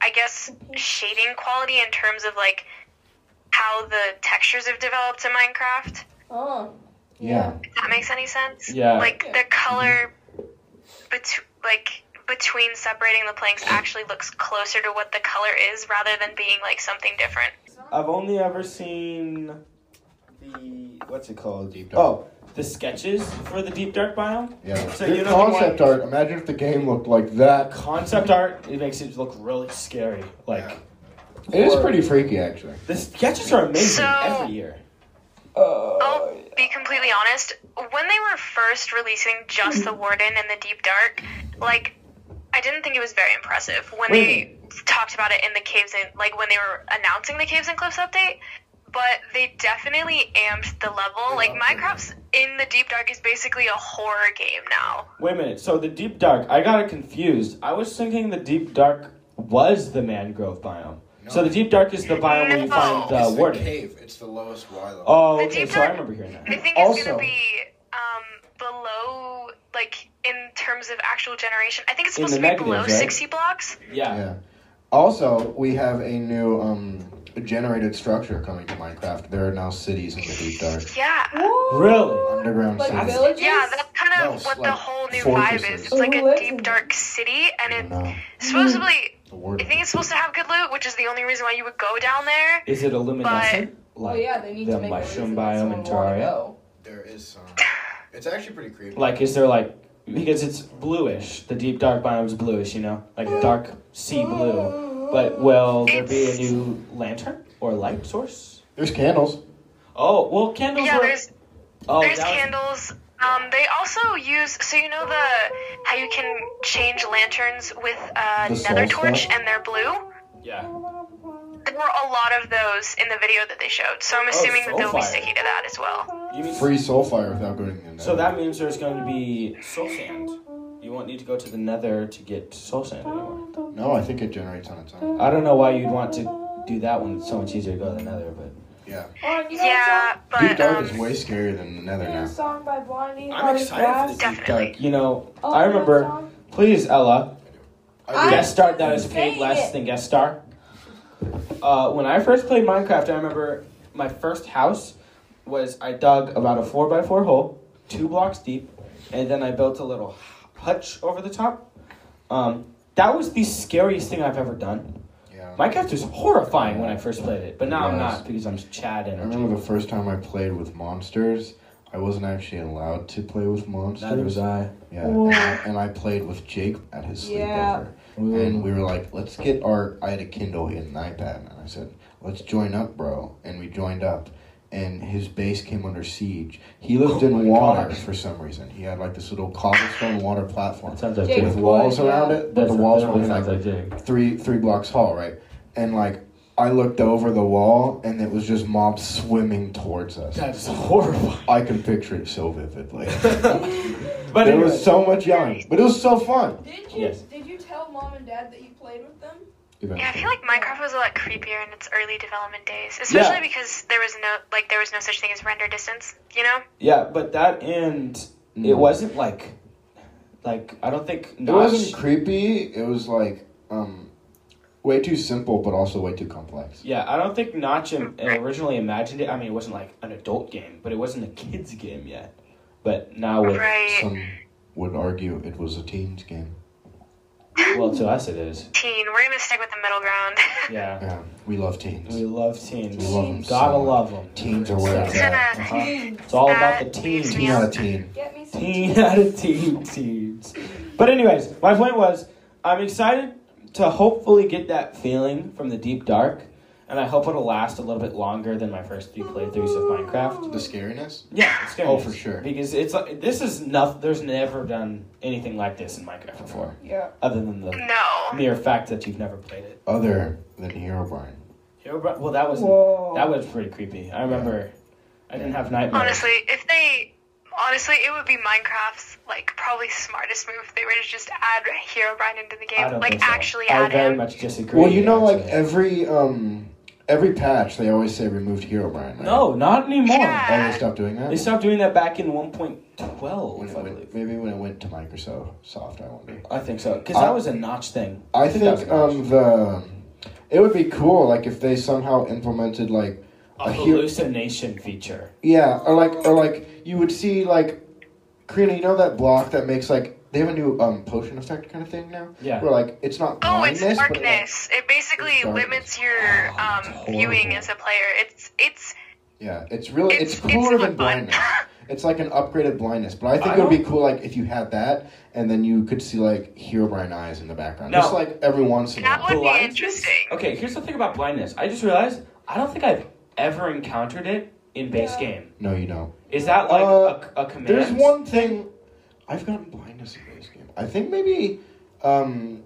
D: i guess shading quality in terms of like how the textures have developed in minecraft
F: Oh.
B: Yeah.
D: if that makes any sense
C: Yeah.
D: like the color bet- like between separating the planks actually looks closer to what the color is rather than being like something different
C: I've only ever seen the what's it called?
B: Deep dark.
C: Oh, the sketches for the deep dark biome.
B: Yeah.
C: So
B: Good
C: you know the
B: concept
C: one-
B: art. Imagine if the game looked like that.
C: Concept art. It makes it look really scary. Like
B: It is pretty freaky, actually.
C: the sketches are amazing
D: So- Oh.
C: every year.
B: Oh.
C: Oh,
D: I'll be completely honest. When they were first releasing just the Warden and the Deep Dark, like I didn't think it was very impressive when they talked about it in the caves and like when they were announcing the Caves and Cliffs update. But they definitely amped the level. Like Minecraft's in the Deep Dark is basically a horror game now.
C: Wait a minute. So the deep dark. I got it confused. I was thinking the deep dark was the mangrove biome. So the deep dark is the biome where you
D: No.
C: find the warden.
E: cave. It's the lowest Y level.
C: Oh,
D: The
C: okay.
D: deep
C: So I
D: dark-
C: remember hearing
D: I
C: that.
D: think it's
B: Also-
D: gonna be um, below like in terms of actual generation. I think it's
C: In
D: supposed
C: the
D: to be
C: negative,
D: below
C: right?
D: sixty blocks.
C: Yeah.
B: Yeah. Also, we have a new um, generated structure coming to Minecraft. There are now cities in the deep dark.
D: Yeah.
F: What?
C: Really?
B: Underground
F: Like
B: cities.
F: villages?
D: Yeah, that's kind
B: No,
D: of
B: it's
D: what the
B: like
D: whole new vibe
B: fortresses.
D: is. It's like
F: Oh,
D: a
F: that's
D: deep,
F: it.
D: dark city, and
B: No,
D: it's supposedly.
B: the
D: I
B: word.
D: think it's supposed to have good loot, which is the only reason why you would go down there.
C: Is it illuminescent?
F: Oh
C: Like,
F: yeah, they need
C: the
F: to make
C: mushroom
F: a reason that
C: biome in
F: someone wanna
C: Terraria.
F: go.
E: There is some. It's actually pretty creepy.
C: like is there like because it's bluish. The deep dark biome's bluish, you know, like dark sea blue. But will there be a new lantern or light source?
B: There's candles.
C: Oh well, candles.
D: Yeah,
C: were-
D: there's
C: oh,
D: there's
C: that was-
D: candles. Um, they also use so you know the how you can change lanterns with uh,
B: The
D: nether
B: soul
D: torch
B: stuff?
D: and they're blue.
C: Yeah.
D: There were a lot of those in the video that they showed, so
B: Oh,
D: I'm assuming that they'll be
C: Soulfire.
D: sticking to that as well.
C: You mean
B: Free Soulfire without going in.
C: so that means there's going to be soul sand. You won't need to go to the Nether to get soul sand anymore.
B: No, I think it generates on its own.
C: I don't know why you'd want to do that when it's so much easier to go to the Nether, but
B: Yeah.
F: Oh, you know
D: Yeah,
B: Deep
D: but
B: Dark is
D: um,
B: way scarier than the Nether
F: that
B: now.
F: song, that song by Blondie?
C: I'm
F: Harvey
C: excited for
F: Grass?
C: this. Deep
D: definitely.
C: you know,
F: Oh,
C: I
F: you know that
C: remember.
F: song?
C: Please, Ella,
F: I'm
C: guest star that is
F: saying
C: paid less
F: it.
C: than guest star. Uh, when I first played Minecraft, I remember my first house was I dug about a four by four hole, two blocks deep, and then I built a little hutch over the top. Um, that was the scariest thing I've ever done.
B: Yeah.
C: Minecraft was horrifying when I first played it, but now I'm
B: Yes.
C: not because I'm Chad
B: I
C: and
B: remember the first time I played with monsters. I wasn't actually allowed to play with monsters.
C: I.
B: Yeah, and I, and I played with Jake at his
F: Yeah.
B: sleepover, and we were like, "Let's get our." I had a Kindle and an iPad, and I said, "Let's join up, bro." And we joined up, and his base came under siege. He lived
C: Oh my
B: in water
C: gosh.
B: for some reason. He had like this little cobblestone water platform
C: That sounds like
F: Jake
B: with
C: Jake.
F: Floyd,
B: walls
F: yeah.
B: around it,
C: That
B: but the walls were
C: definitely
B: like
C: sounds like Jake.
B: three three blocks tall, right? And like I looked over the wall, and it was just mobs swimming towards us.
C: That's horrifying.
B: I can picture it so vividly.
C: But
B: there
C: it
B: was
C: was.
B: so much yelling, but it was so fun.
F: Did you
C: Yes.
F: did you tell mom and dad that you played with them?
D: yeah, I feel like Minecraft was a lot creepier in its early development days, especially because there was no like there was no such thing as render distance. You know,
C: Yeah, but that and it
B: Mm.
C: wasn't like, like I don't think
B: It wasn't creepy. It was like um, way too simple, but also way too complex.
C: Yeah, I don't think Notch im- originally imagined it. I mean, it wasn't like an adult game, but it wasn't a kids game yet. But now with
D: right?
B: Some would argue it was a teens game.
C: well, to us it is.
D: Teen, we're gonna stick with the middle ground.
C: Yeah,
B: Yeah, we love
C: we
B: teens.
C: love teens.
B: We love 'em so
C: Gotta
B: much.
C: love them.
B: Teens are where it's
D: He's gonna
B: at.
C: Uh-huh. It's all about the
D: That leaves
C: teens.
B: Teen out of teen.
F: Get me some.
C: Teen out of teen teens. But anyways, my point was, I'm excited to hopefully get that feeling from the deep dark, and I hope it'll last a little bit longer than my first three playthroughs of Minecraft.
B: The scariness?
C: Yeah, it's gonna
B: Oh,
C: be-
B: for sure.
C: Because it's like this is nothing. There's never done anything like this in Minecraft before,
F: Yeah.
C: other than the
D: no,
C: mere fact that you've never played it.
B: Other than Herobrine.
C: Hero Bro- Well, that was
F: Whoa.
C: that was pretty creepy. I remember I didn't have nightmares.
D: honestly, if they honestly, it would be Minecraft's like probably smartest move if they were to just add Herobrine into the
C: I
D: game,
C: don't
D: like
C: think so.
D: actually
C: I
D: add
C: very
D: him.
C: much disagree.
B: Well, you know, like
C: actually.
B: every um, every patch, they always say removed Herobrine. Right?
C: no, not anymore.
D: Yeah.
B: Oh, they stopped doing that.
C: They stopped doing that back in 1.12,
B: When
C: I
B: it
C: believe.
B: went, maybe when it went to Microsoft, soft, I wonder.
C: I think so, because
B: I-
C: that was a notch thing.
B: I
C: think that
B: think
C: was
B: um the it would be cool like if they somehow implemented like
C: A
B: A hero-
C: hallucination feature.
B: yeah or like or like you would see like Karina, you know that block that makes like they have a new um potion effect kind of thing now
C: Yeah.
B: where like it's not
D: Oh,
B: blindness
D: it's
B: but it, like,
D: darkness. It basically
B: It's darkness.
D: limits your
C: Oh, that's
D: um,
C: horrible.
D: viewing as a player. It's it's
B: yeah it's really it's,
D: It's- it's
B: cooler
D: not
B: than
D: fun.
B: blindness it's like an upgraded blindness but I think
C: I
B: it would be cool like if you had that and then you could see like Herobrine eyes in the background
C: No.
B: just like every once in a
D: That
B: while
D: would be
C: Blindness?
D: interesting.
C: Okay, here's the thing about blindness. I just realized I don't think I've ever encountered it in base
F: Yeah.
C: game.
B: no you don't
C: Is that like
B: Uh,
C: a, a command?
B: There's one thing I've gotten blindness in this game. I think maybe um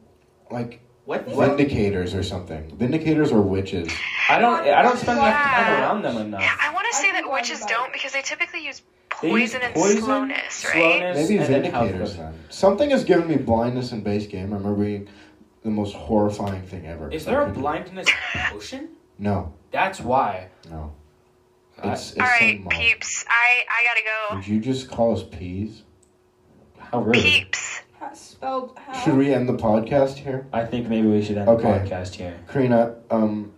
B: like
C: What? what?
B: vindicators or something. Vindicators or witches.
C: I don't. I don't spend enough time
D: Yeah.
C: around them
D: Yeah,
C: enough.
D: I want to
F: I
D: say
F: think
D: that
F: I'm
D: witches
F: about
D: don't
F: it.
D: because they typically use
C: They
D: poison
C: use
D: and
C: poison,
D: slowness, right?
C: slowness,
B: Maybe
C: and then health
B: vindicators
C: buff.
B: then. Something has given me blindness in base game. I remember being the most horrifying thing ever.
C: Is there a blindness potion?
B: No,
C: That's why.
B: no.
C: I-
B: It's, it's
D: All right,
B: some mob.
D: peeps. I I gotta
B: Did you just call us peas? Oh,
C: How
D: go.
C: rude.
D: Peeps.
F: How, spelled how?
B: Should we end the podcast here?
C: I think maybe we should end
B: Okay.
C: the podcast here.
B: Karina, um,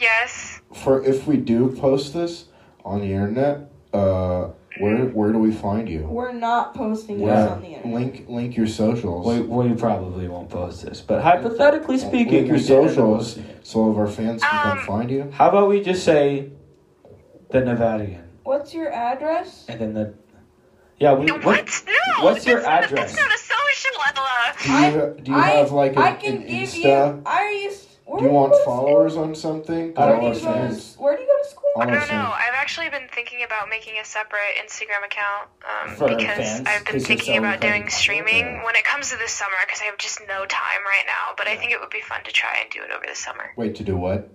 D: Yes.
B: for if we do post this on the internet, uh, where where do we find you?
F: We're not posting
B: Yeah.
F: this on the internet.
B: Link link your socials.
C: We, we probably won't post this, but hypothetically speaking,
B: link your
C: we did end up
B: socials
C: posting it.
B: so all of our fans can come
D: Um,
B: find you.
C: How about we just say the Nevadian
F: What's your address?
C: and then the yeah. We,
D: What?
C: what?
D: No.
C: what's your
D: that's not-
C: address?
D: That's not a social, Ella.
B: Do you,
F: I-
B: ha- do you
F: I-
B: have like an,
F: I can
B: an
F: give
B: Insta?
F: you. I used. Where
B: do you
F: do
B: want
F: go to
B: followers on
C: I
B: something?
F: School?
C: don't
B: All
C: want
B: our
F: Where do, you go to,
B: fans.
F: where do you go to school?
B: All
D: I
B: our
D: don't know.
B: fans.
D: I've actually been thinking about making a separate Instagram account um,
C: For
D: because
C: fans,
D: I've been
C: 'cause you're
D: thinking
C: so
D: about
C: incredibly
D: doing
C: popular,
D: streaming
C: yeah.
D: when it comes to this summer because I have just no time right now. But I think it would be fun to try and do it over the summer.
B: Wait, to do what?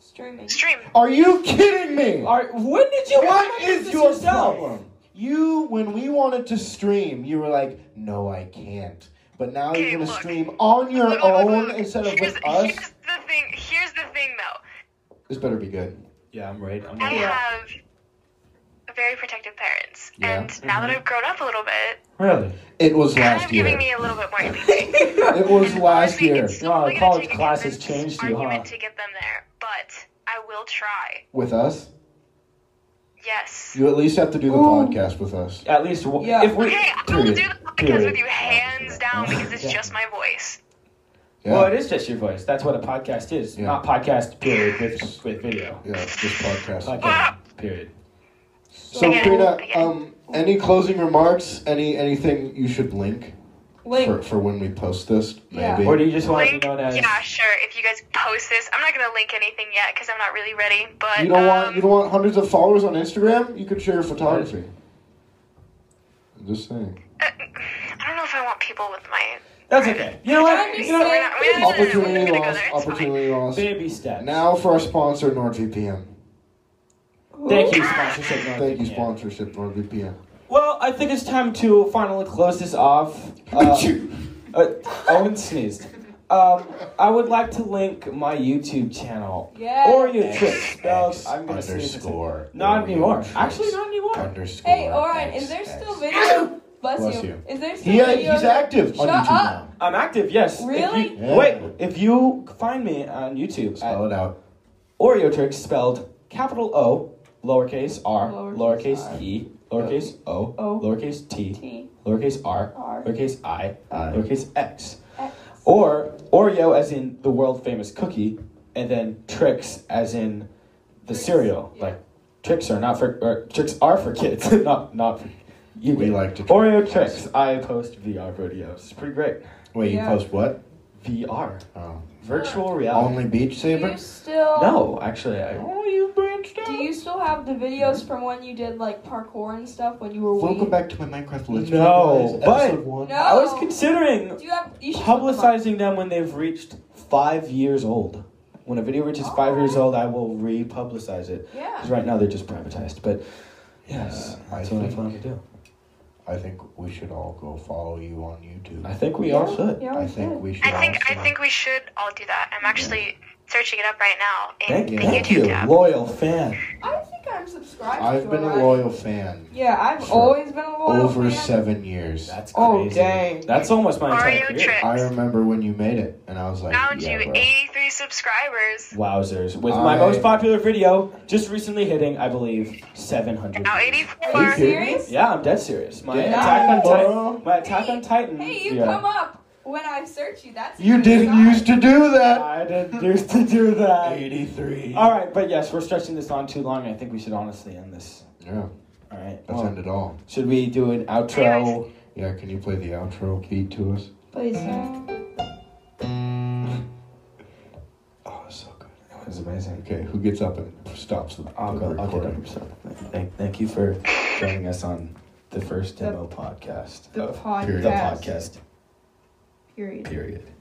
F: Streaming.
D: Stream.
B: Are you kidding me?
C: Are, when did you? when
B: What
C: did
B: is
C: this
B: your
C: yourself?
B: problem? You, when we wanted to stream, you were like, "No, I can't." But now
D: Okay,
B: you're gonna
D: look.
B: stream on your
D: Look, look, look,
B: own
D: look.
B: instead of
D: here's,
B: with us.
D: Here's the thing. Here's the thing, though.
B: This better be good.
C: Yeah, I'm right. I'm
D: I
C: right.
D: have very protective parents,
B: Yeah.
D: and now that I've grown up a little bit,
C: Really?
B: It was
D: kind
B: last
D: of
B: year.
D: giving me a little bit more leeway.
B: It was
D: And
B: last
D: honestly,
B: year
D: it's
C: No,
D: slowly gonna
C: college
D: take a
C: classes
D: convincing
C: changed you, huh?
D: argument to get them there, but I will try.
B: with us.
D: Yes.
B: You at least have to do the
F: Ooh.
B: podcast with us.
C: At least w-
F: Yeah.
C: if we.
D: Okay, I will do the
B: Period.
D: podcast
C: Period.
D: with you hands down because it's
C: Yeah.
D: just my voice.
B: Yeah.
C: Well, it is just your voice. That's what a podcast is.
B: Yeah.
C: Not podcast period with with video.
B: yeah, this podcast.
D: Ah.
C: Podcast period.
B: So,
D: Yeah.
B: Krina,
D: Yeah.
B: um, any closing remarks? Any anything you should link for,
F: Link.
B: for when we post this?
F: Yeah.
B: Maybe.
C: Or do you just want
D: Link,
C: to be known as?
D: yeah, sure. If you guys post this, I'm not gonna link anything yet because I'm not really ready. But
B: You don't
D: um,
B: want you don't want hundreds of followers on Instagram. You could share your photography. I'm just saying.
D: uh, I don't know if I want people with my
C: That's okay. You know what? You know
D: we're
C: what?
D: not, we're not, we're not
B: Opportunity
D: gonna go
B: lost.
D: there. It's fine.
B: Opportunity lost.
C: Baby steps.
B: Now for our sponsor, NordVPN.
C: Thank you, sponsorship. North
B: Thank you,
C: Vietnam.
B: sponsorship, NordVPN.
C: Well, I think it's time to finally close this off. Uh, uh, Owen sneezed. Um, I would like to link my YouTube channel.
F: Yeah.
C: Or your trips. Spelled, I'm gonna sneeze. it's-
B: underscore.
C: Not anymore.
B: Oreo
C: Actually, not anymore.
B: Underscore.
F: Hey, Oren, is there
B: X,
F: still
B: X.
F: video? Bless,
B: Bless
F: you.
B: you.
F: Is there still
B: Yeah,
F: video?
B: uh, he's active on
F: Shut
B: YouTube
F: up.
B: now.
C: I'm active, yes. If you-
F: Really?
B: Yeah.
C: Wait, if you find me on YouTube
B: Spell
C: at
B: it out.
C: Oreo Tricks, spelled capital O, lowercase r,
F: Lowercase
C: lowercase
F: r.
C: e, lowercase o,
F: O.
C: lowercase t,
F: T
C: lowercase r,
F: R
C: lowercase i, uh,
B: Aye.
C: lowercase x.
F: X.
C: Or Oreo as in the world famous cookie, and then tricks as in the
F: Trix,
C: cereal.
F: yeah.
C: Like tricks are not for or tricks are for kids, not not for you.
B: We
C: get it.
B: like to-
C: Oreo tricks. I post VR videos. It's pretty great.
B: Wait, you
F: Yeah.
B: post what?
C: VR,
B: Oh.
C: virtual reality.
B: Only Beach
F: Do you
B: Saber?
F: still
C: No, actually, I. Oh, you branched
F: Oh. Do you still have the videos from when you did like parkour and stuff when you were
B: Welcome
F: wee?
B: back to my Minecraft Let's
C: No,
B: Play, guys,
C: but-
B: episode one.
F: No.
C: I was considering
F: Do you have you should put them up.
C: publicizing them when they've reached five years old. When a video reaches five years
F: Oh.
C: old, I will republicize it. Because
F: Yeah.
C: right now they're just privatized. But yes,
B: Uh, I
C: that's what I
B: think-
C: plan to do.
B: I think we should all go follow you on YouTube.
C: I think we
F: Yeah.
C: all should.
F: Yeah,
B: I
F: we
B: think
F: should.
B: we should.
D: I think I
B: also-
D: think we should all do that. I'm actually searching it up right now in
C: Thank,
D: the
B: you.
C: thank
D: YouTube
C: you,
D: tab.
C: loyal fan.
F: I think I'm subscribed.
B: I've
F: to
B: been a
F: Orion.
B: loyal fan
F: Yeah, I've
B: for
F: always been a loyal
B: over
F: fan.
B: seven years.
C: That's crazy.
F: Oh, dang.
C: That's almost my entire
D: Mario
C: career.
D: Trick.
B: I remember when you made it, and I was like,
D: Found
B: yeah,
D: you
B: bro.
D: 83 subscribers.
C: Wowzers. With my
B: I-
C: most popular video, just recently hitting, I believe, 700.
D: Now
C: views.
D: 84.
F: Are you
B: Thank you.
F: serious?
C: Yeah, I'm dead serious. My
B: Yeah.
C: Attack on
B: Bro.
C: Titan. My Attack on Titan.
F: Hey, you
C: yeah.
F: come up when I search you. That's
B: You didn't used to do that.
C: I didn't used to do that.
B: Eighty-three.
C: All right, but yes, we're stretching this on too long. I think we should honestly end this. All
B: Yeah,
C: right.
B: that's
C: Well,
B: ended all.
C: should we do an outro?
B: Yeah, can you play the outro beat to us?
F: Please. no.
B: Oh, it's so good.
C: That was amazing.
B: Okay, who gets up and stops the,
C: I'll
B: the
C: go. I'll get
B: recording?
C: it. So, thank, thank you for joining us on the first demo podcast.
F: oh, The
C: of
F: podcast.
C: the podcast.
F: Period.
C: Period.